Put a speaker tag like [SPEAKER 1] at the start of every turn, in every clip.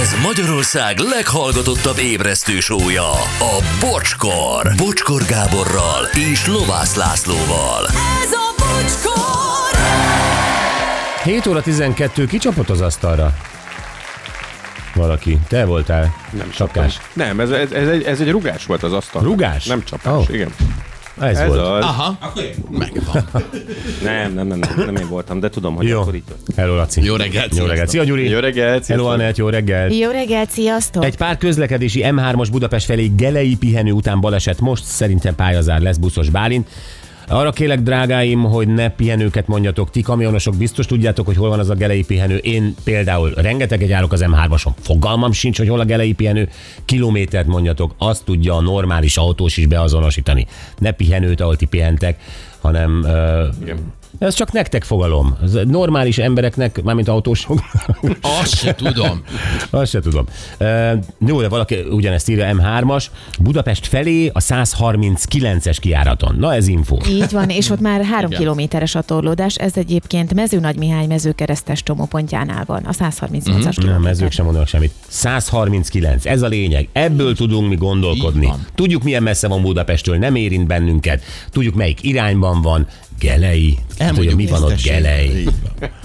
[SPEAKER 1] Ez Magyarország leghallgatottabb ébresztő sója, a Bocskor. Bocskor Gáborral és Lovász Lászlóval.
[SPEAKER 2] Ez a bocskor!
[SPEAKER 3] 7 óra 12, kicsapott az asztalra? Valaki. Te voltál. Nem sapkás.
[SPEAKER 4] Nem, ez, ez, ez, egy, ez egy rugás volt az asztal.
[SPEAKER 3] Rugás?
[SPEAKER 4] Nem csapás,
[SPEAKER 3] Ó.
[SPEAKER 4] oh. igen.
[SPEAKER 3] Ez,
[SPEAKER 4] Ez
[SPEAKER 3] volt.
[SPEAKER 4] az.
[SPEAKER 5] Aha, megvan.
[SPEAKER 4] Nem, nem, nem, nem, nem én voltam, de tudom, hogy
[SPEAKER 3] Jó.
[SPEAKER 4] akkor itt volt.
[SPEAKER 3] Hello, Laci.
[SPEAKER 5] Jó reggelt,
[SPEAKER 3] Jó reggelt. Szia, Gyuri.
[SPEAKER 4] Jó reggelt,
[SPEAKER 3] Hello,
[SPEAKER 4] sziasztok.
[SPEAKER 3] Anett. Jó reggelt.
[SPEAKER 6] Jó reggelt, sziasztok!
[SPEAKER 3] Egy pár közlekedési M3-as Budapest felé gelei pihenő után baleset most, szerintem pályazár lesz buszos Bálint. Arra kélek, drágáim, hogy ne pihenőket mondjatok. Ti kamionosok biztos tudjátok, hogy hol van az a gelei pihenő. Én például rengeteget járok az M3-ason. Fogalmam sincs, hogy hol a gelei pihenő. Kilométert mondjatok, azt tudja a normális autós is beazonosítani. Ne pihenőt, ahol ti pihentek, hanem ö, ez csak nektek fogalom. Ez normális embereknek, mármint autósok,
[SPEAKER 5] Azt se tudom.
[SPEAKER 3] azt se tudom. E, jó, de valaki ugyanezt írja, M3-as, Budapest felé a 139-es kiáraton. Na ez info.
[SPEAKER 6] Így van, és ott már három
[SPEAKER 5] Igen.
[SPEAKER 6] kilométeres a torlódás, ez egyébként Mezőnagymihály mezőkeresztes csomópontjánál van, a 138-as mm,
[SPEAKER 3] Nem, mezők sem mondanak semmit. 139, ez a lényeg. Ebből tudunk mi
[SPEAKER 5] Így
[SPEAKER 3] gondolkodni.
[SPEAKER 5] van.
[SPEAKER 3] Tudjuk, milyen messze van Budapestől, nem érint bennünket. Tudjuk, melyik irányban van. Gelei. Tudja, mi van ott Gelei.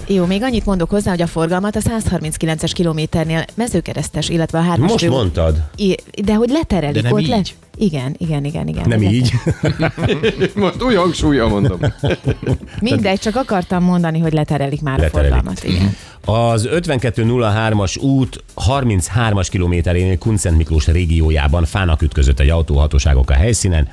[SPEAKER 6] Jó, még annyit mondok hozzá, hogy a forgalmat a 139-es kilométernél mezőkeresztes, illetve a 3
[SPEAKER 3] Most mondtad.
[SPEAKER 6] De hogy leterelik
[SPEAKER 5] De nem
[SPEAKER 6] ott le...
[SPEAKER 5] így.
[SPEAKER 6] Igen, igen, igen, igen.
[SPEAKER 3] Nem
[SPEAKER 6] leter-
[SPEAKER 3] így.
[SPEAKER 4] Most új hangsúlyjal mondom.
[SPEAKER 6] Mindegy, csak akartam mondani, hogy leterelik már
[SPEAKER 3] Leterelik.
[SPEAKER 6] a forgalmat. Igen.
[SPEAKER 3] Az 5203-as út 33-as kilométerénél Kunszent Miklós régiójában fának ütközött egy autó hatóságok a helyszínen,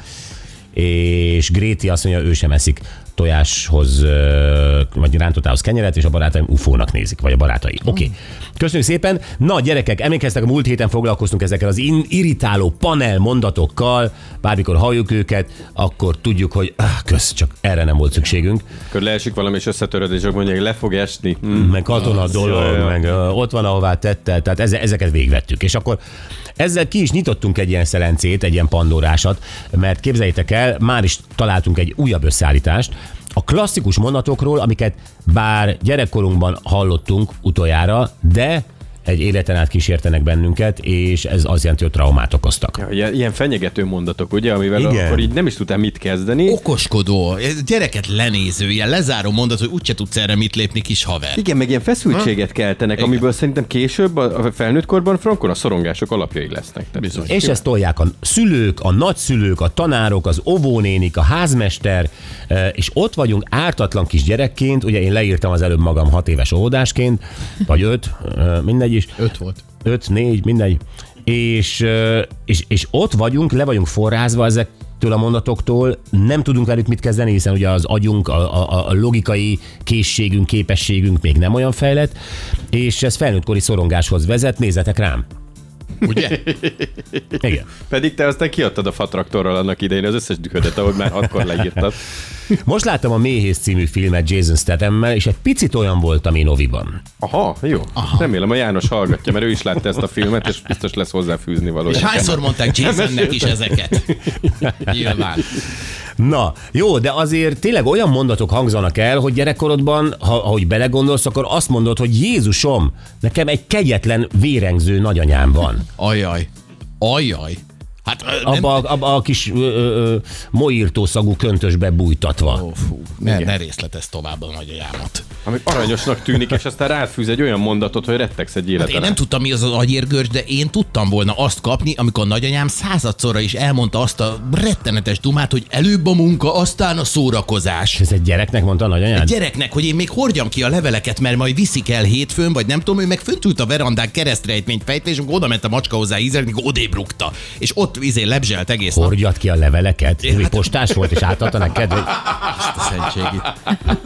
[SPEAKER 3] és Gréti azt mondja, ő sem eszik tojáshoz, ö, vagy rántottához kenyeret, és a barátaim ufónak nézik, vagy a barátai. Oké. Okay. Köszönjük szépen. Na, gyerekek, emlékeztek, a múlt héten foglalkoztunk ezekkel az in- irritáló panel mondatokkal, bármikor halljuk őket, akkor tudjuk, hogy ah, kösz, csak erre nem volt szükségünk.
[SPEAKER 4] Akkor leesik valami, és összetöröd, és akkor mondják, le fog esni. Mm.
[SPEAKER 3] meg katona dolog,
[SPEAKER 4] jaj, jaj.
[SPEAKER 3] meg ö, ott van, ahová tette, tehát eze, ezeket végvettük. És akkor ezzel ki is nyitottunk egy ilyen szelencét, egy ilyen pandórásat, mert képzeljétek el, már is találtunk egy újabb összeállítást, a klasszikus mondatokról, amiket bár gyerekkorunkban hallottunk utoljára, de egy életen át kísértenek bennünket, és ez azt jelenti, hogy traumát okoztak.
[SPEAKER 4] Ilyen ilyen fenyegető mondatok, ugye, amivel
[SPEAKER 3] Igen.
[SPEAKER 4] akkor így nem is tudtál mit kezdeni.
[SPEAKER 5] Okoskodó, ez gyereket lenéző, ilyen lezáró mondat, hogy úgyse tudsz erre mit lépni, kis haver.
[SPEAKER 4] Igen, meg ilyen feszültséget keltenek,
[SPEAKER 5] Igen.
[SPEAKER 4] amiből szerintem később a a felnőtt korban frankon a szorongások alapjai lesznek. Tehát
[SPEAKER 5] Bizony.
[SPEAKER 3] És ezt tolják a szülők, a nagyszülők, a tanárok, az óvónénik, a házmester, eh, és ott vagyunk ártatlan kis gyerekként, ugye én leírtam az előbb magam hat éves óvodásként, vagy öt, eh, mindegy is,
[SPEAKER 5] Öt volt.
[SPEAKER 3] öt, négy, mindegy, és, eh, és, és ott vagyunk, le vagyunk forrázva ezek a mondatoktól, nem tudunk velük mit kezdeni, hiszen ugye az agyunk, a, a, a logikai készségünk, képességünk még nem olyan fejlett, és ez felnőttkori szorongáshoz vezet, nézzetek rám.
[SPEAKER 5] Ugye?
[SPEAKER 3] Igen.
[SPEAKER 4] Pedig te aztán kiadtad a fatraktorral annak idején az összes dühödet, ahogy már hatkor leírtad.
[SPEAKER 3] Most láttam a Méhész című filmet Jason Stathammel, és egy picit olyan voltam én oviban.
[SPEAKER 4] Aha, jó. Aha. Remélem a János hallgatja, mert ő is látta ezt a filmet, és biztos lesz hozzáfűzni
[SPEAKER 5] És
[SPEAKER 4] valója.
[SPEAKER 5] hányszor mondták Jasonnek is ezeket? Nyilván.
[SPEAKER 3] Na, jó, de azért tényleg olyan mondatok hangzanak el, hogy gyerekkorodban, ha, ahogy belegondolsz, akkor azt mondod, hogy Jézusom, nekem egy kegyetlen, vérengző nagyanyám van.
[SPEAKER 5] Ajaj. Ajaj. Hát ö, nem...
[SPEAKER 3] Abba, a- abba a kis ö, ö, ö, moírtószagú köntösbe bújtatva.
[SPEAKER 5] Ó, fú, ne, ne részletez tovább a nagyjámat.
[SPEAKER 4] Ami aranyosnak tűnik, és aztán ráfűz egy olyan mondatot, hogy rettegsz egy
[SPEAKER 5] Hát
[SPEAKER 4] életre.
[SPEAKER 5] én nem tudtam, mi az az agyérgörcs, de én tudtam volna azt kapni, amikor a nagyanyám századszorra is elmondta azt a rettenetes dumát, hogy előbb a munka, aztán a szórakozás.
[SPEAKER 3] És ez egy gyereknek mondta a nagyanyád?
[SPEAKER 5] gyereknek, hogy én még hordjam ki a leveleket, mert majd viszik el hétfőn, vagy nem tudom, ő meg fönt ült a verandán keresztrejtményt fejtve, és akkor oda ment a macska hozzá ízelni, akkor odébb rúgta. És ott izé lebzselt egész nap.
[SPEAKER 3] Hordjad ki a leveleket?
[SPEAKER 5] Én- hát-
[SPEAKER 3] Én postás volt, és átadta neked? vagy-
[SPEAKER 5] Azt a szentségét.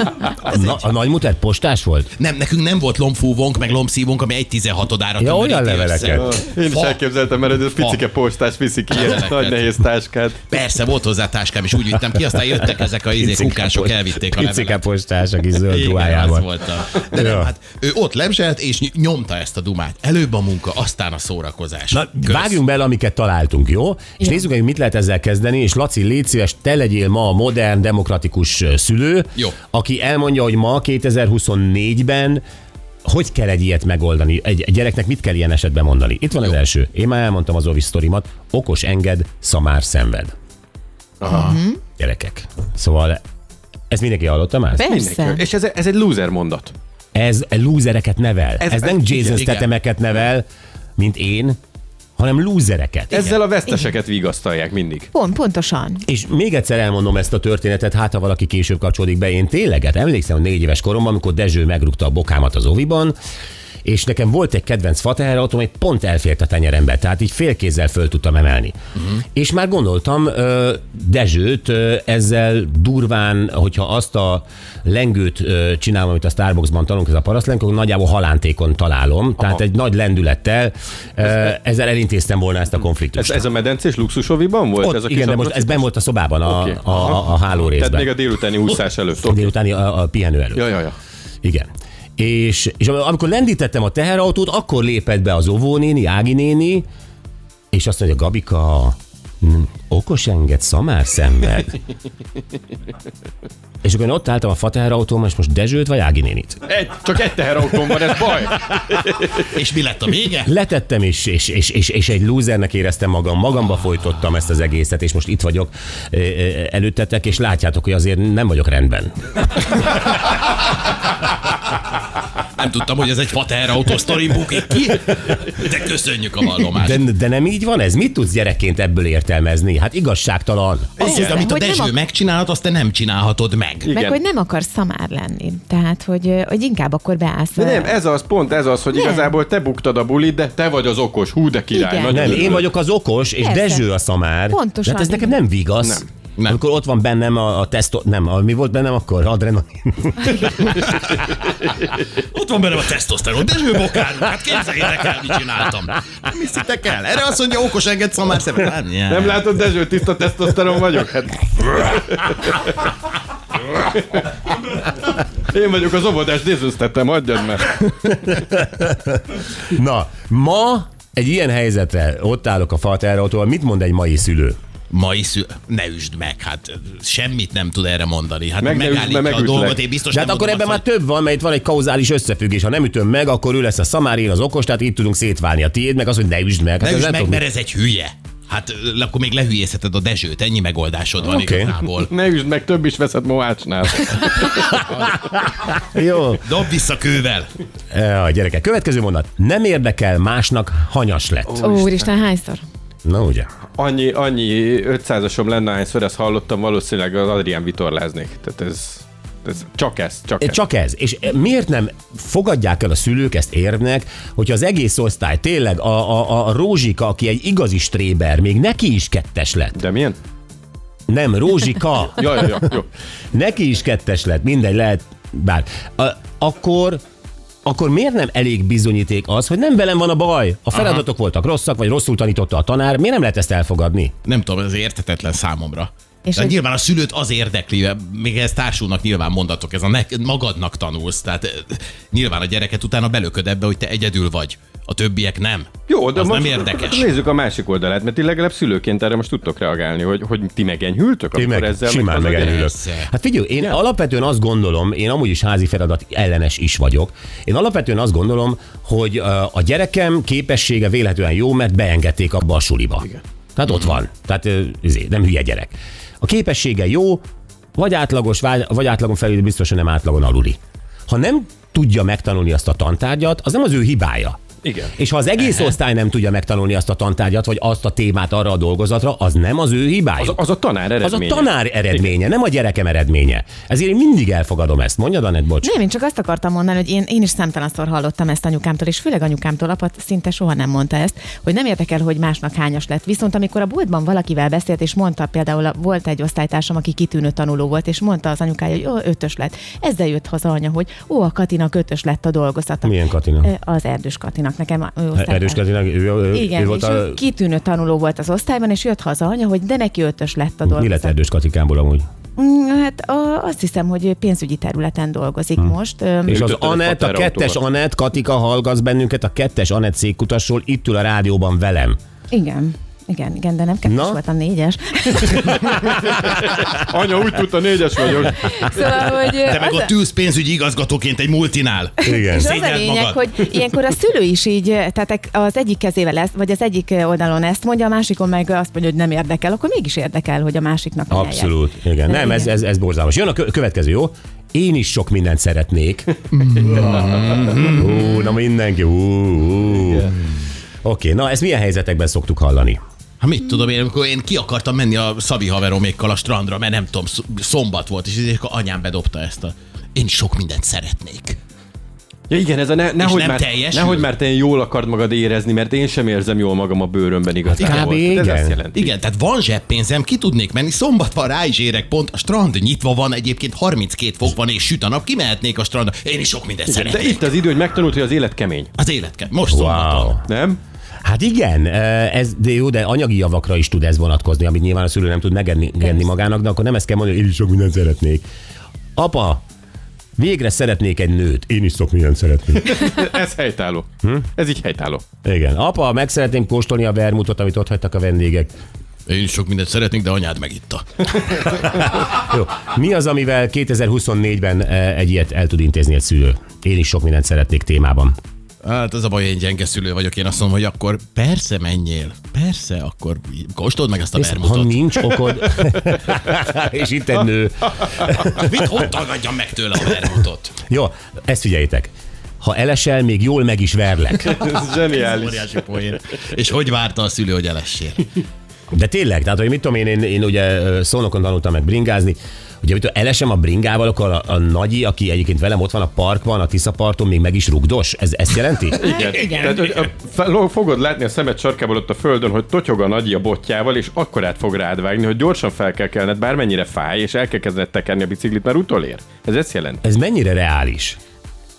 [SPEAKER 3] Na, a nagymuter postás volt?
[SPEAKER 5] Nem, nekünk nem volt lomfúvónk, meg lomszívónk, ami egy 16 ára
[SPEAKER 3] Ja, olyan leveleket.
[SPEAKER 4] Én is
[SPEAKER 5] Fa.
[SPEAKER 4] elképzeltem, mert ez a picike postás viszi ki ilyen
[SPEAKER 5] Leveleket.
[SPEAKER 4] nagy nehéz táskát.
[SPEAKER 5] Persze, volt hozzá táskám, és úgy vittem ki, aztán jöttek ezek a izé, kukások, elvitték a levelet.
[SPEAKER 3] Picike postás, aki zöld
[SPEAKER 5] Igen, az
[SPEAKER 3] ruhájában.
[SPEAKER 5] volt a... De
[SPEAKER 3] Ja.
[SPEAKER 5] nem, hát ő ott lebzselt, és ny- nyomta ezt a dumát. Előbb a munka, aztán a szórakozás.
[SPEAKER 3] Na,
[SPEAKER 5] Kösz.
[SPEAKER 3] vágjunk bele, amiket találtunk, jó? És
[SPEAKER 6] Jó.
[SPEAKER 3] nézzük, hogy mit lehet ezzel kezdeni, és Laci, légy szíves, te legyél ma a modern, demokratikus ö, szülő,
[SPEAKER 5] Jó.
[SPEAKER 3] aki elmondja, hogy ma 2024-ben hogy kell egy ilyet megoldani? Egy egy gyereknek mit kell ilyen esetben mondani? Itt van az első. Én már elmondtam az Ovi sztorimat. Okos enged, szamár szenved.
[SPEAKER 4] Aha.
[SPEAKER 3] Gyerekek. Szóval ezt mindenki hallotta már?
[SPEAKER 6] Persze.
[SPEAKER 4] Mindenki. És ez, ez egy loser mondat.
[SPEAKER 3] Ez lúzereket nevel. Ez,
[SPEAKER 4] Ez-
[SPEAKER 3] ez nem
[SPEAKER 4] ez-
[SPEAKER 3] Jason
[SPEAKER 5] igen, igen.
[SPEAKER 3] Statham-eket nevel, mint én, hanem lúzereket.
[SPEAKER 4] Ezzel a veszteseket vigasztalják mindig.
[SPEAKER 6] Pont, pontosan.
[SPEAKER 3] És még egyszer elmondom ezt a történetet, hát ha valaki később kapcsolódik be, én tényleg, hát emlékszem, hogy négy éves koromban, amikor Dezső megrúgta a bokámat az oviban, és nekem volt egy kedvenc fateherautóm, egy pont elfért a tenyerembe, tehát így félkézzel föl tudtam emelni.
[SPEAKER 4] Mhm.
[SPEAKER 3] Uh-huh. És már gondoltam ö, Dezsőt ö, ezzel durván, hogyha azt a lengőt ö, csinálom, amit a Starbucksban tanulunk, ez a parasztlengő, akkor nagyjából halántékon találom, Aha. tehát egy nagy lendülettel ö, ezzel elintéztem volna ezt a konfliktust.
[SPEAKER 4] Ez, ez a medencés luxusoviban volt?
[SPEAKER 3] Ott,
[SPEAKER 4] ez a kis
[SPEAKER 3] igen, de most
[SPEAKER 4] ablakos?
[SPEAKER 3] ez ben volt a szobában, a,
[SPEAKER 4] Oké.
[SPEAKER 3] okay. a, a, a háló
[SPEAKER 4] Tehát
[SPEAKER 3] részben.
[SPEAKER 4] még a délutáni úszás előtt.
[SPEAKER 3] a
[SPEAKER 4] Okay.
[SPEAKER 3] délutáni a, a pihenő előtt.
[SPEAKER 4] Ja, ja, ja.
[SPEAKER 3] Igen. És, és am- amikor lendítettem a teherautót, akkor lépett be az óvónéni, Ági néni, és azt mondja, Gabika, mm, okos enged, szamár szenved. és akkor én ott álltam a fateherautóm, és most Dezsőt vagy Ági nénit?
[SPEAKER 4] Egy, csak egy teherautón van, ez baj.
[SPEAKER 5] És mi lett a vége?
[SPEAKER 3] Letettem, és, és, és, és, és egy lúzernek éreztem magam, magamba folytottam ezt az egészet, és most itt vagyok ö, ö, előttetek, és látjátok, hogy azért nem vagyok rendben.
[SPEAKER 5] Nem tudtam, hogy ez egy fater autósztori bukik ki. De köszönjük a vallomást.
[SPEAKER 3] De, de nem így van ez? Mit tudsz gyerekként ebből értelmezni? Hát igazságtalan.
[SPEAKER 5] Az, hogy amit a
[SPEAKER 6] Hogy nem
[SPEAKER 5] Dezső
[SPEAKER 6] ak-
[SPEAKER 5] megcsinálhat, azt te nem csinálhatod meg.
[SPEAKER 4] Igen.
[SPEAKER 6] Meg, hogy nem akarsz szamár lenni. Tehát, hogy, hogy inkább akkor beállsz.
[SPEAKER 4] De nem, ez az, pont ez az, hogy
[SPEAKER 6] Nem.
[SPEAKER 4] igazából te buktad a bulit, de te vagy az okos, hú de király.
[SPEAKER 6] Igen.
[SPEAKER 4] nagyon
[SPEAKER 3] Nem,
[SPEAKER 4] örülök.
[SPEAKER 3] én vagyok az okos, és
[SPEAKER 6] Persze.
[SPEAKER 3] Dezső a szamár.
[SPEAKER 6] Pontosan.
[SPEAKER 3] De hát ez nekem nem vigasz. Nem.
[SPEAKER 5] Nem.
[SPEAKER 3] Amikor ott van bennem a, a testo... Nem, a, mi volt bennem akkor? Adrenalin.
[SPEAKER 5] Ott van belem a tesztoszteron, Dezső Bokár, hát képzeljétek el, mit csináltam. Nem hiszitek el? Erre azt mondja, okos enged szamár szemet. Hát, yeah.
[SPEAKER 4] Nem látod, Dezső, tiszta tesztoszteron vagyok? Hát... Én vagyok az óvodás nézőztettem, hagyjad már.
[SPEAKER 3] Na, ma egy ilyen helyzetre ott állok a faterautóval, mit mond egy mai szülő?
[SPEAKER 5] Mai szül... Ne üsd meg, hát semmit nem tud erre mondani. Hát
[SPEAKER 4] Meg
[SPEAKER 5] meg
[SPEAKER 4] ne üsd,
[SPEAKER 5] megállítja
[SPEAKER 4] mert
[SPEAKER 5] a
[SPEAKER 4] megütlek.
[SPEAKER 5] dolgot, én biztos
[SPEAKER 3] De hát
[SPEAKER 5] nem
[SPEAKER 3] akkor ebben
[SPEAKER 5] mondom
[SPEAKER 3] már
[SPEAKER 5] azt,
[SPEAKER 3] több van, mert itt van egy kauzális összefüggés. Ha nem ütöm meg, akkor ő lesz a szamár, én az okos, tehát így tudunk szétválni. A tiéd meg az, hogy ne üsd meg. Hát
[SPEAKER 5] hogy
[SPEAKER 3] ez
[SPEAKER 5] Ne üsd
[SPEAKER 3] nem
[SPEAKER 5] meg,
[SPEAKER 3] tudom-
[SPEAKER 5] mert ez egy hülye. Hát ö, akkor még lehülyézheted a Dezsőt, ennyi megoldásod van
[SPEAKER 3] Oké.
[SPEAKER 5] okay. igazából.
[SPEAKER 4] Ne üsd meg, több is veszed Mohácsnál.
[SPEAKER 3] Jó.
[SPEAKER 5] Dob vissza kővel.
[SPEAKER 3] E, A gyerekek, következő mondat. Nem érdekel másnak, hanyas lett.
[SPEAKER 6] Ó, Úristen, hányszor?
[SPEAKER 3] Na ugye.
[SPEAKER 4] Annyi, annyi 500-asom lenne, hányszor ezt hallottam, valószínűleg az Adrián vitorláznék. Tehát ez, ez csak ez, csak ez.
[SPEAKER 3] Csak ez. És miért nem fogadják el a szülők ezt érvnek, hogyha az egész osztály tényleg a, a, a Rózsika, aki egy igazi stréber, még neki is kettes lett.
[SPEAKER 4] De milyen?
[SPEAKER 3] Nem, Rózsika.
[SPEAKER 4] Ja, ja, ja, jó.
[SPEAKER 3] neki is kettes lett, mindegy, lehet, bár. A, akkor akkor miért nem elég bizonyíték az, hogy nem velem van a baj? A feladatok Aha. voltak rosszak, vagy rosszul tanította a tanár, miért nem lehet ezt elfogadni?
[SPEAKER 5] Nem tudom, ez értetetlen számomra.
[SPEAKER 6] És
[SPEAKER 5] És
[SPEAKER 6] hogy-
[SPEAKER 5] nyilván a szülőt az érdekli, még ez társulnak nyilván mondatok, ez a ne, magadnak tanulsz, tehát ö, nyilván a gyereket utána belököd ebbe, hogy te egyedül vagy, a többiek nem.
[SPEAKER 4] Jó, de
[SPEAKER 5] az
[SPEAKER 4] most hát
[SPEAKER 5] nem érdekes.
[SPEAKER 4] Nézzük a másik oldalát, mert ti legalább szülőként erre most tudtok reagálni, hogy, hogy ti megenyhültök,
[SPEAKER 3] Én meg ezzel simán
[SPEAKER 4] meg
[SPEAKER 3] megenyhülök.
[SPEAKER 5] Persze.
[SPEAKER 3] Hát figyelj, én ja. alapvetően azt gondolom, én amúgy is házi feladat ellenes is vagyok, én alapvetően azt gondolom, hogy ö, a gyerekem képessége véletlenül jó, mert beengedték abba a suliba. Igen. Tehát ott van. Tehát ö, izé, nem hülye gyerek. A képessége jó, vagy átlagos, vagy vagy átlagon felül, de biztosan nem átlagon aluli. Ha nem tudja megtanulni azt a tantárgyat, az nem az ő hibája.
[SPEAKER 4] Igen.
[SPEAKER 3] És ha az egész osztály nem tudja megtanulni azt a tantárgyat, vagy azt a témát arra a dolgozatra, az nem az ő hibája.
[SPEAKER 4] Az, az a tanár
[SPEAKER 3] Az a
[SPEAKER 4] eredménye.
[SPEAKER 3] tanár eredménye, nem a gyerekem eredménye. Ezért én mindig elfogadom ezt. Mondjad, Anett, bocs.
[SPEAKER 6] Nem, én csak azt akartam mondani, hogy én, én is számtalanszor hallottam ezt anyukámtól, és főleg anyukámtól, apa szinte soha nem mondta ezt, hogy nem érdekel, hogy másnak hányas lett. Viszont amikor a boltban valakivel beszélt, és mondta például, a- volt egy osztálytársam, aki kitűnő tanuló volt, és mondta az anyukája, hogy ó, ötös lett. Ezzel jött haza anya, hogy ó, a Katinak ötös lett a dolgozata.
[SPEAKER 3] Milyen Katina?
[SPEAKER 6] Ö, Az Erdős Katinak, nekem ő osztálytárs-
[SPEAKER 3] Erős Katinak, ő, ő,
[SPEAKER 6] Igen,
[SPEAKER 3] ő
[SPEAKER 6] volt
[SPEAKER 3] volt
[SPEAKER 6] és
[SPEAKER 3] a...
[SPEAKER 6] ő kitűnő tanuló volt az osztályban, és jött haza anya, hogy de neki ötös lett a dolgozata.
[SPEAKER 3] Mi lett Erdős Katikámból amúgy?
[SPEAKER 6] Mm, Hát a, azt hiszem, hogy ő pénzügyi területen dolgozik most. Öm,
[SPEAKER 3] Hm. És az
[SPEAKER 4] Ütötted egy
[SPEAKER 3] Anett, a
[SPEAKER 4] faterautóval.
[SPEAKER 3] kettes Anett, Katika hallgatsz bennünket, a kettes Anett székkutasról, itt ül a rádióban velem.
[SPEAKER 6] Igen. Igen, igen, de nem kettes
[SPEAKER 3] Na?
[SPEAKER 6] voltam, négyes.
[SPEAKER 4] Anya, úgy tudta, négyes vagyok.
[SPEAKER 6] Szóval, hogy
[SPEAKER 5] Te meg
[SPEAKER 6] az-
[SPEAKER 5] ott ülsz pénzügyi igazgatóként egy multinál.
[SPEAKER 3] Igen.
[SPEAKER 6] És az a
[SPEAKER 5] Szégyeld
[SPEAKER 6] lényeg,
[SPEAKER 5] magad.
[SPEAKER 6] hogy ilyenkor a szülő is így, tehát az egyik kezével ezt, vagy az egyik oldalon ezt mondja, a másikon meg azt mondja, hogy nem érdekel, akkor mégis érdekel, hogy a másiknak ajánlják.
[SPEAKER 3] Abszolút, igen. Nem, ez, ez, ez borzalmas. Jön a kö- következő, jó? Én is sok mindent szeretnék. Ú, na mindenki. Ú, ú. Oké, na ezt milyen helyzetekben szoktuk hallani?
[SPEAKER 5] Ha Hát mit tudom én, amikor én ki akartam menni a Szabi haveromékkal a strandra, mert nem tudom, sz- szombat volt, és így akkor anyám bedobta ezt a... Én sok mindent szeretnék.
[SPEAKER 4] Ja igen, ez a ne, nehogy,
[SPEAKER 5] nem
[SPEAKER 4] már,
[SPEAKER 5] teljesül?
[SPEAKER 4] nehogy már te jól akard magad érezni, mert én sem érzem jól magam a bőrömben
[SPEAKER 3] kb.
[SPEAKER 4] igazából. Tehát
[SPEAKER 3] igen.
[SPEAKER 4] Ez azt jelenti.
[SPEAKER 5] Hát Igen, tehát van zseppénzem, ki tudnék menni, szombat van, rá is érek pont, a strand nyitva van, egyébként 32 fok van és süt a nap, kimehetnék a strandra, én is sok mindent
[SPEAKER 4] De
[SPEAKER 5] szeretnék.
[SPEAKER 4] itt az idő, hogy megtanult, hogy az élet kemény.
[SPEAKER 5] Az élet kell, most szombaton.
[SPEAKER 3] Wow.
[SPEAKER 4] Nem?
[SPEAKER 3] Hát igen, eh, ez, de jó, de anyagi javakra is tud ez vonatkozni, amit nyilván a szülő nem tud megenni magának, de akkor nem ezt kell mondani, hogy én is sok mindent szeretnék. Apa, végre szeretnék egy nőt. Én is sok mindent szeretnék.
[SPEAKER 4] Ez helytálló.
[SPEAKER 3] Hm?
[SPEAKER 4] Ez így helytálló.
[SPEAKER 3] Igen. Apa, meg szeretném kóstolni a vermutot, amit ott hagytak a vendégek.
[SPEAKER 5] Én is sok mindent szeretnék, de anyád megitta.
[SPEAKER 3] Jó. Mi az, amivel 2024-ben eh, egy ilyet el tud intézni egy szülő? Én is sok mindent szeretnék témában.
[SPEAKER 5] Hát az a baj, én gyenge szülő vagyok, én azt mondom, hogy akkor persze menjél, persze, akkor kóstold meg azt a
[SPEAKER 3] És ha
[SPEAKER 5] vermutot.
[SPEAKER 3] nincs okod, és itt egy nő.
[SPEAKER 5] Hát, Mit ott tagadjam meg tőle a vermutot?
[SPEAKER 3] Jó, ezt figyeljétek. Ha elesel, még jól meg is verlek.
[SPEAKER 4] Ez zseniális.
[SPEAKER 5] Óriási poén. És hogy várta a szülő, hogy elessél?
[SPEAKER 3] De tényleg, tehát hogy mit tudom én, én, én ugye ö, szónokon tanultam meg bringázni, ugye mit tudom, elesem a bringával, akkor a, a nagyi, aki egyébként velem ott van a parkban, a Tiszaparton, még meg is rugdos? Ez ezt jelenti?
[SPEAKER 4] Igen. Igen. Tehát, hogy a, fel- fogod látni a szemed sarkából ott a földön, hogy totyog a nagyi a botjával, és akkor át fog rád vágni, hogy gyorsan fel kell kelned, bármennyire fáj, és el kell kezdened tekerni a biciklit, mert utolér. Ez ezt jelent.
[SPEAKER 3] Ez mennyire reális?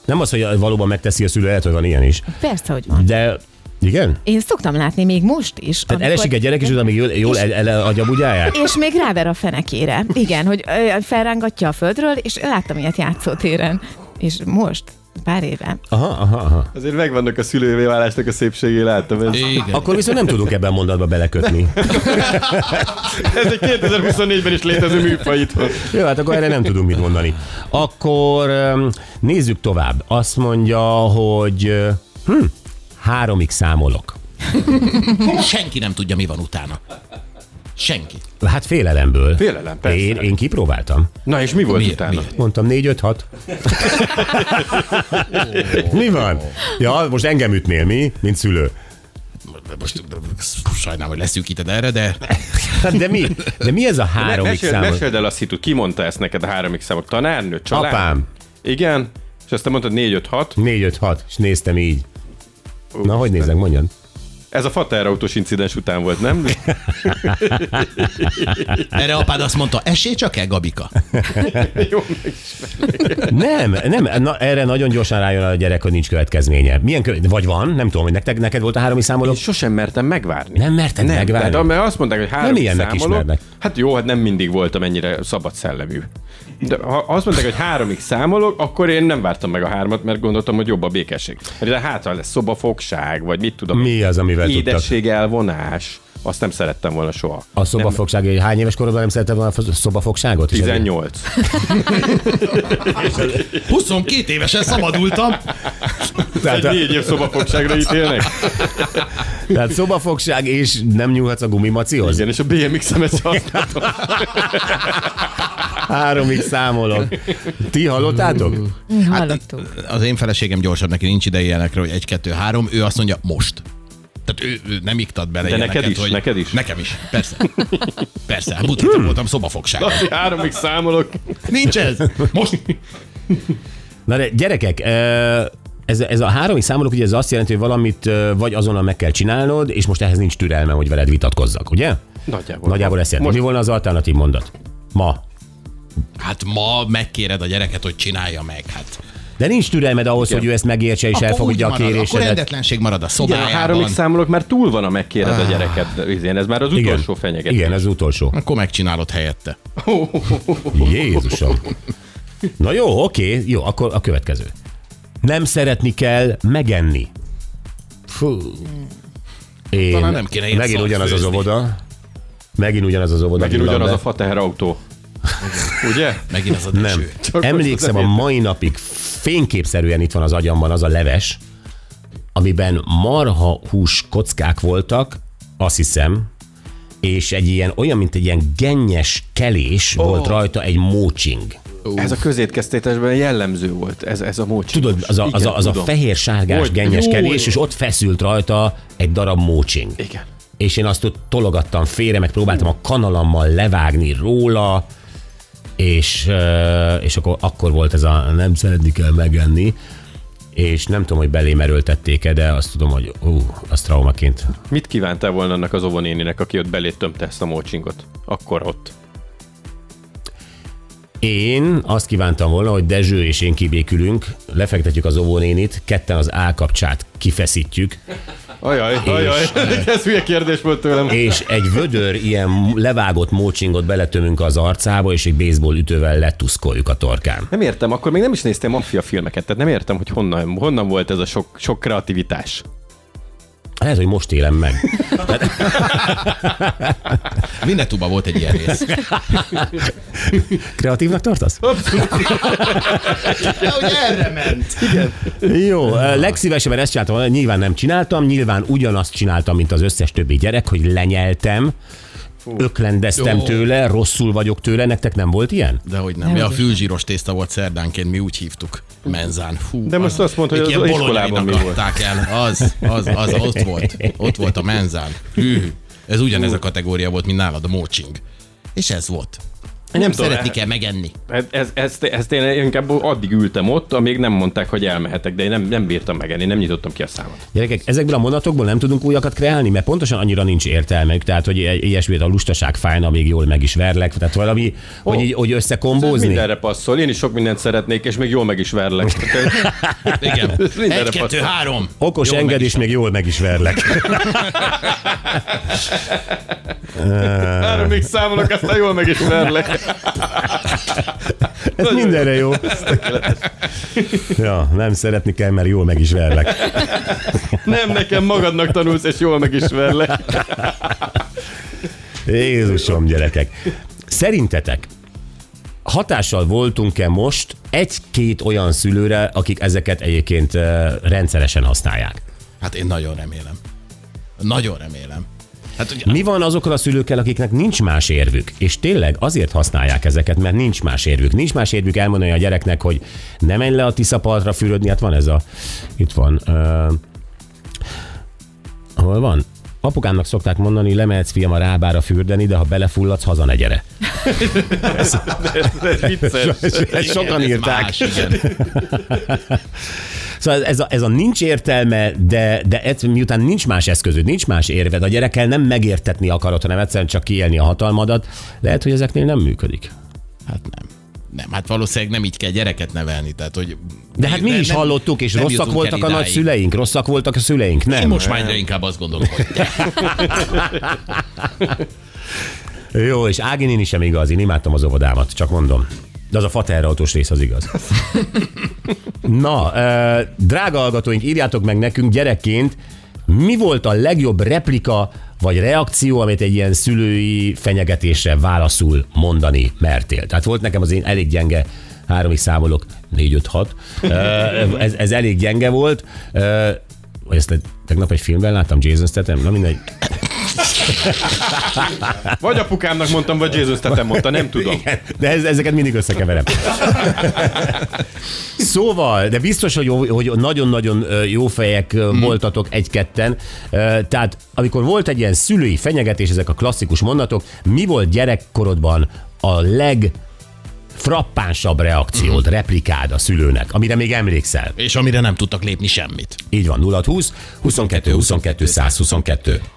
[SPEAKER 3] Nem az, hogy valóban megteszi a szülő, lehet, hogy van ilyen is.
[SPEAKER 6] Persze, hogy van.
[SPEAKER 3] De igen?
[SPEAKER 6] Én szoktam látni még most is.
[SPEAKER 3] Tehát elesik egy gyerek, és utána még jól, jól el, el, adja bugyáját?
[SPEAKER 6] És még ráver a fenekére. Igen, hogy ö, felrángatja a földről, és láttam ilyet játszótéren. És most, pár éve.
[SPEAKER 3] Aha, aha, aha.
[SPEAKER 4] Azért megvannak a szülővé válásnak a szépségé, láttam. Ez,
[SPEAKER 5] Igen.
[SPEAKER 3] Akkor viszont nem tudunk ebben a mondatba belekötni.
[SPEAKER 4] ez egy 2024-ben is létező műfaj itt
[SPEAKER 3] Jó, hát akkor erre nem tudunk mit mondani. Akkor öm, nézzük tovább. Azt mondja, hogy ö, hm, háromig számolok.
[SPEAKER 5] Senki nem tudja, mi van utána. Senki.
[SPEAKER 3] Hát félelemből.
[SPEAKER 4] Félelem, persze.
[SPEAKER 3] Én, én kipróbáltam.
[SPEAKER 4] Na és mi volt
[SPEAKER 5] Miért?
[SPEAKER 4] utána?
[SPEAKER 5] Miért?
[SPEAKER 3] Mondtam 4 5 6. mi van? Ja, most engem ütnél mi, mint szülő.
[SPEAKER 5] Most sajnálom, hogy leszűkíted erre, de
[SPEAKER 3] Hát De mi? De mi ez a háromig
[SPEAKER 4] Meséld,
[SPEAKER 3] számolok?
[SPEAKER 4] meséld el azt hitud, ki mondta ezt neked a háromik számot? Tanárnő, család?
[SPEAKER 3] Apám.
[SPEAKER 4] Igen, és aztán mondtad 4-5-6.
[SPEAKER 3] 4 5 6, és néztem így. Na, hogy nézek, mondjad.
[SPEAKER 4] Ez a faterautós incidens után volt, nem?
[SPEAKER 5] erre apád azt mondta, esély csak el, Gabika.
[SPEAKER 4] Jó,
[SPEAKER 3] Nem, nem, na, erre nagyon gyorsan rájön a gyerek, hogy nincs következménye. Milyen köve... Vagy van, nem tudom, hogy nektek, neked volt a háromig számolok.
[SPEAKER 4] Én sosem mertem megvárni.
[SPEAKER 3] Nem merted
[SPEAKER 4] nem,
[SPEAKER 3] megvárni?
[SPEAKER 4] Tehát, mert azt mondták, hogy három
[SPEAKER 3] ilyennek
[SPEAKER 4] számolok.
[SPEAKER 3] ismernek.
[SPEAKER 4] Hát jó, hát nem mindig voltam ennyire szabad szellemű. De ha azt mondták, hogy háromig számolok, akkor én nem vártam meg a hármat, mert gondoltam, hogy jobb a békesség. De hát, ha lesz szobafogság, vagy mit tudom.
[SPEAKER 3] Mi az, amivel tudtak?
[SPEAKER 4] Édesség elvonás. Azt nem szerettem volna soha.
[SPEAKER 3] A szobafogság, hogy hány éves korodban nem szeretted volna a szobafogságot? És
[SPEAKER 4] 18.
[SPEAKER 5] 22 évesen szabadultam.
[SPEAKER 4] Tehát egy négy év szobafogságra ítélnek?
[SPEAKER 3] ezért- Tehát szobafogság és nem nyúlhatsz a gumimacihoz?
[SPEAKER 4] Igen, és a BMX-emet használtam.
[SPEAKER 3] Háromig számolok. Ti hallottátok? hát
[SPEAKER 6] Hallottuk.
[SPEAKER 5] Az én feleségem gyorsabb, neki nincs ideje ilyenekre, hogy 1, 2, 3, ő azt mondja, most. Tehát ő, ő nem iktat bele
[SPEAKER 4] De
[SPEAKER 5] ilyeneket,
[SPEAKER 4] neked is,
[SPEAKER 5] hogy...
[SPEAKER 4] neked is? Hmm.
[SPEAKER 5] Nekem is, persze. Persze, hát múlt héten voltam szobafogság.
[SPEAKER 4] Háromig számolok.
[SPEAKER 5] Nincs ez. Most.
[SPEAKER 3] Na de gyerekek, ö, ez, ez a háromig számolok, ugye ez azt jelenti, hogy valamit ö, vagy azonnal meg kell csinálnod, és most ehhez nincs türelme, hogy veled vitatkozzak, ugye?
[SPEAKER 4] Nagyjából.
[SPEAKER 3] Nagyjából ezt jelenti.
[SPEAKER 4] Most-
[SPEAKER 3] Mi volna az alternatív mondat? Ma.
[SPEAKER 5] Hát ma megkéred a gyereket, hogy csinálja meg. Hát.
[SPEAKER 3] De nincs türelmed ahhoz, hogy ő ezt megértse és
[SPEAKER 5] Akkor
[SPEAKER 3] elfogadja
[SPEAKER 5] úgy
[SPEAKER 3] a
[SPEAKER 5] marad, Akkor
[SPEAKER 3] kérésedet.
[SPEAKER 5] rendetlenség marad a
[SPEAKER 4] Igen, a
[SPEAKER 5] szobájában.
[SPEAKER 4] háromig számolok már túl van a megkéred a gyereket. de izén, Ez már az utolsó fenyegetés.
[SPEAKER 3] Ah. Igen, ez az utolsó.
[SPEAKER 5] Akkor megcsinálod helyette.
[SPEAKER 3] Jézusom. Na jó, oké, jó, akkor a következő. Nem szeretni kell megenni. Fú. Én,
[SPEAKER 5] Talán nem kéne ilyen
[SPEAKER 3] Megint
[SPEAKER 5] szart
[SPEAKER 3] ugyanaz az
[SPEAKER 5] főzni.
[SPEAKER 3] óvoda. Megint ugyanaz az óvoda.
[SPEAKER 4] Megint
[SPEAKER 3] villan
[SPEAKER 4] ugyanaz
[SPEAKER 3] be.
[SPEAKER 4] a fateherautó. Ugye?
[SPEAKER 5] Megint az a deső.
[SPEAKER 3] Nem.
[SPEAKER 4] most
[SPEAKER 3] Emlékszem, a
[SPEAKER 4] azért.
[SPEAKER 3] mai napig fényképszerűen itt van az agyamban az a leves, amiben marha hús kockák voltak, azt hiszem, és egy ilyen, olyan, mint egy ilyen gennyes kelés oh. volt rajta, egy mócsing.
[SPEAKER 4] Ez a közétkeztétesben jellemző volt, ez, ez a mócsi.
[SPEAKER 3] Tudod, az a, az a, az a fehér-sárgás
[SPEAKER 4] Volt.
[SPEAKER 3] gennyes
[SPEAKER 4] Jó,
[SPEAKER 3] kelés, és ott feszült rajta egy darab mócsing.
[SPEAKER 4] Igen.
[SPEAKER 3] És én azt ott tologattam félre, meg próbáltam a kanalammal levágni róla, és, ö, és akkor, akkor volt ez a nem szeretni kell megenni, és nem tudom, hogy belém erőltették-e, de azt tudom, hogy ú, az traumaként.
[SPEAKER 4] Mit kívántál volna annak az óvonéninek, aki ott belé tömte ezt a mócsingot? Akkor ott.
[SPEAKER 3] Én azt kívántam volna, hogy Dezső és én kibékülünk, lefektetjük az óvónénit, ketten az állkapcsát kifeszítjük,
[SPEAKER 4] Ajaj, ajaj, ez hülye kérdés volt tőlem.
[SPEAKER 3] és egy vödör ilyen levágott mócsingot beletömünk az arcába, és egy baseball ütővel letuszkoljuk a torkán.
[SPEAKER 4] Nem értem, akkor még nem is néztem maffia filmeket, tehát nem értem, hogy honnan, honnan volt ez a sok, sok kreativitás.
[SPEAKER 3] Lehet, hogy most élem meg.
[SPEAKER 5] Minetuba Hát volt egy ilyen rész.
[SPEAKER 3] Kreatívnak tartasz?
[SPEAKER 5] De hogy erre ment.
[SPEAKER 3] Jó, eh, legszívesebben ezt csináltam, volna, nyilván nem csináltam, nyilván ugyanazt csináltam, mint az összes többi gyerek, hogy lenyeltem, öklendeztem
[SPEAKER 5] Jó.
[SPEAKER 3] tőle, rosszul vagyok tőle, nektek nem volt ilyen?
[SPEAKER 5] De hogy nem.
[SPEAKER 6] Nem
[SPEAKER 5] Mi a
[SPEAKER 6] ugye.
[SPEAKER 5] fülzsíros tészta volt szerdánként, mi úgy hívtuk. Menzán. Fú,
[SPEAKER 4] De most azt mondta, hogy
[SPEAKER 5] még
[SPEAKER 4] az
[SPEAKER 5] ilyen
[SPEAKER 4] iskolában mi
[SPEAKER 5] bolonyainak
[SPEAKER 4] volt.
[SPEAKER 5] adták el. Az, az, az, ott volt. Ott volt a menzán. Hű. Ez ugyanez a kategória volt, mint nálad a mócsing. És ez volt. Nem, nem
[SPEAKER 4] tudom,
[SPEAKER 5] szeretni
[SPEAKER 4] eh.
[SPEAKER 5] kell megenni.
[SPEAKER 4] Ez, ez, ezt, ezt én inkább addig ültem ott, amíg nem mondták, hogy elmehetek, de én nem, nem bírtam megenni, nem nyitottam ki a számat.
[SPEAKER 3] Gyerekek, ezekből a mondatokból nem tudunk újakat kreálni, mert pontosan annyira nincs értelmük. Tehát, hogy i- ilyesmit a lustaság fájna, még jól meg is verlek. Tehát valami, oh. hogy, így, hogy
[SPEAKER 4] Ez
[SPEAKER 3] összekombózni.
[SPEAKER 4] mindenre passzol, én is sok mindent szeretnék, és még jól meg is verlek. Tehát-
[SPEAKER 5] Igen.
[SPEAKER 4] Ez mindenre
[SPEAKER 5] Egy, kettő,
[SPEAKER 4] passzol.
[SPEAKER 5] három.
[SPEAKER 3] Okos
[SPEAKER 5] Jól meg
[SPEAKER 3] engedés,
[SPEAKER 5] is-
[SPEAKER 3] még jól meg is verlek.
[SPEAKER 4] Erre még számolok, aztán jól meg is verlek.
[SPEAKER 3] Ez mindenre jó. Ja, nem szeretni kell, mert jól meg is verlek.
[SPEAKER 4] Nem nekem magadnak tanulsz, és jól meg is verlek.
[SPEAKER 3] Jézusom, gyerekek. Szerintetek hatással voltunk-e most egy-két olyan szülőre, akik ezeket egyébként eh, rendszeresen használják?
[SPEAKER 5] Hát én nagyon remélem. Nagyon remélem. Hát ugye,
[SPEAKER 3] Mi van azokkal a szülőkkel, akiknek nincs más érvük? És tényleg azért használják ezeket, mert nincs más érvük. Nincs más érvük elmondani a gyereknek, hogy nem menj le a tiszapartra fürödni. Hát van ez a... Itt van. Uh, hol van? Apukámnak szokták mondani, lemehetsz fiam a rábára fürdeni, de ha belefulladsz, haza ne gyere.
[SPEAKER 4] Ez vicces.
[SPEAKER 3] Ezt sokan
[SPEAKER 5] ez
[SPEAKER 3] írták.
[SPEAKER 5] Más, igen.
[SPEAKER 3] Szóval ez a, ez a nincs értelme, de, de ez, miután nincs más eszközöd, nincs más érved, a gyerekkel nem megértetni akarod, hanem egyszerűen csak kiélni a hatalmadat, lehet, hogy ezeknél nem működik.
[SPEAKER 5] Hát nem. Nem, hát valószínűleg nem így kell gyereket nevelni. Tehát, hogy
[SPEAKER 3] De hát mi
[SPEAKER 5] Ne-
[SPEAKER 3] is
[SPEAKER 5] nem-
[SPEAKER 3] hallottuk, és
[SPEAKER 5] nem
[SPEAKER 3] rosszak
[SPEAKER 5] jutunk
[SPEAKER 3] voltak
[SPEAKER 5] el
[SPEAKER 3] a
[SPEAKER 5] idáig.
[SPEAKER 3] nagyszüleink, rosszak voltak a szüleink,
[SPEAKER 5] Én
[SPEAKER 3] nem?
[SPEAKER 5] most már egyre inkább azt gondolom, hogy de.
[SPEAKER 3] Jó, és Ági néni sem igaz, én imádtam az óvodámat, csak mondom. De az a faterautós rész az igaz. Na, ö, drága hallgatóink, írjátok meg nekünk gyerekként, mi volt a legjobb replika vagy reakció, amit egy ilyen szülői fenyegetésre válaszul mondani mertél? Tehát volt nekem az én elég gyenge háromig számolok, 4 5 6. Ez, ez elég gyenge volt. Ö, Vagy ezt tegnap egy filmben láttam, Jason Statham, na mindegy.
[SPEAKER 4] Vagy apukámnak mondtam, vagy Jézus tettem mondta, nem tudom.
[SPEAKER 3] Igen, de ez, ezeket mindig összekeverem. Szóval, de biztos, hogy, jó- hogy nagyon-nagyon ö, jó fejek hmm. voltatok egy-ketten. Ö, Tehát amikor volt egy ilyen szülői fenyegetés, ezek a klasszikus mondatok, mi volt gyerekkorodban a leg frappánsabb reakciód, replikád a szülőnek, amire még emlékszel.
[SPEAKER 5] És amire nem tudtak lépni semmit.
[SPEAKER 3] Így van, 0 20 22 22 122.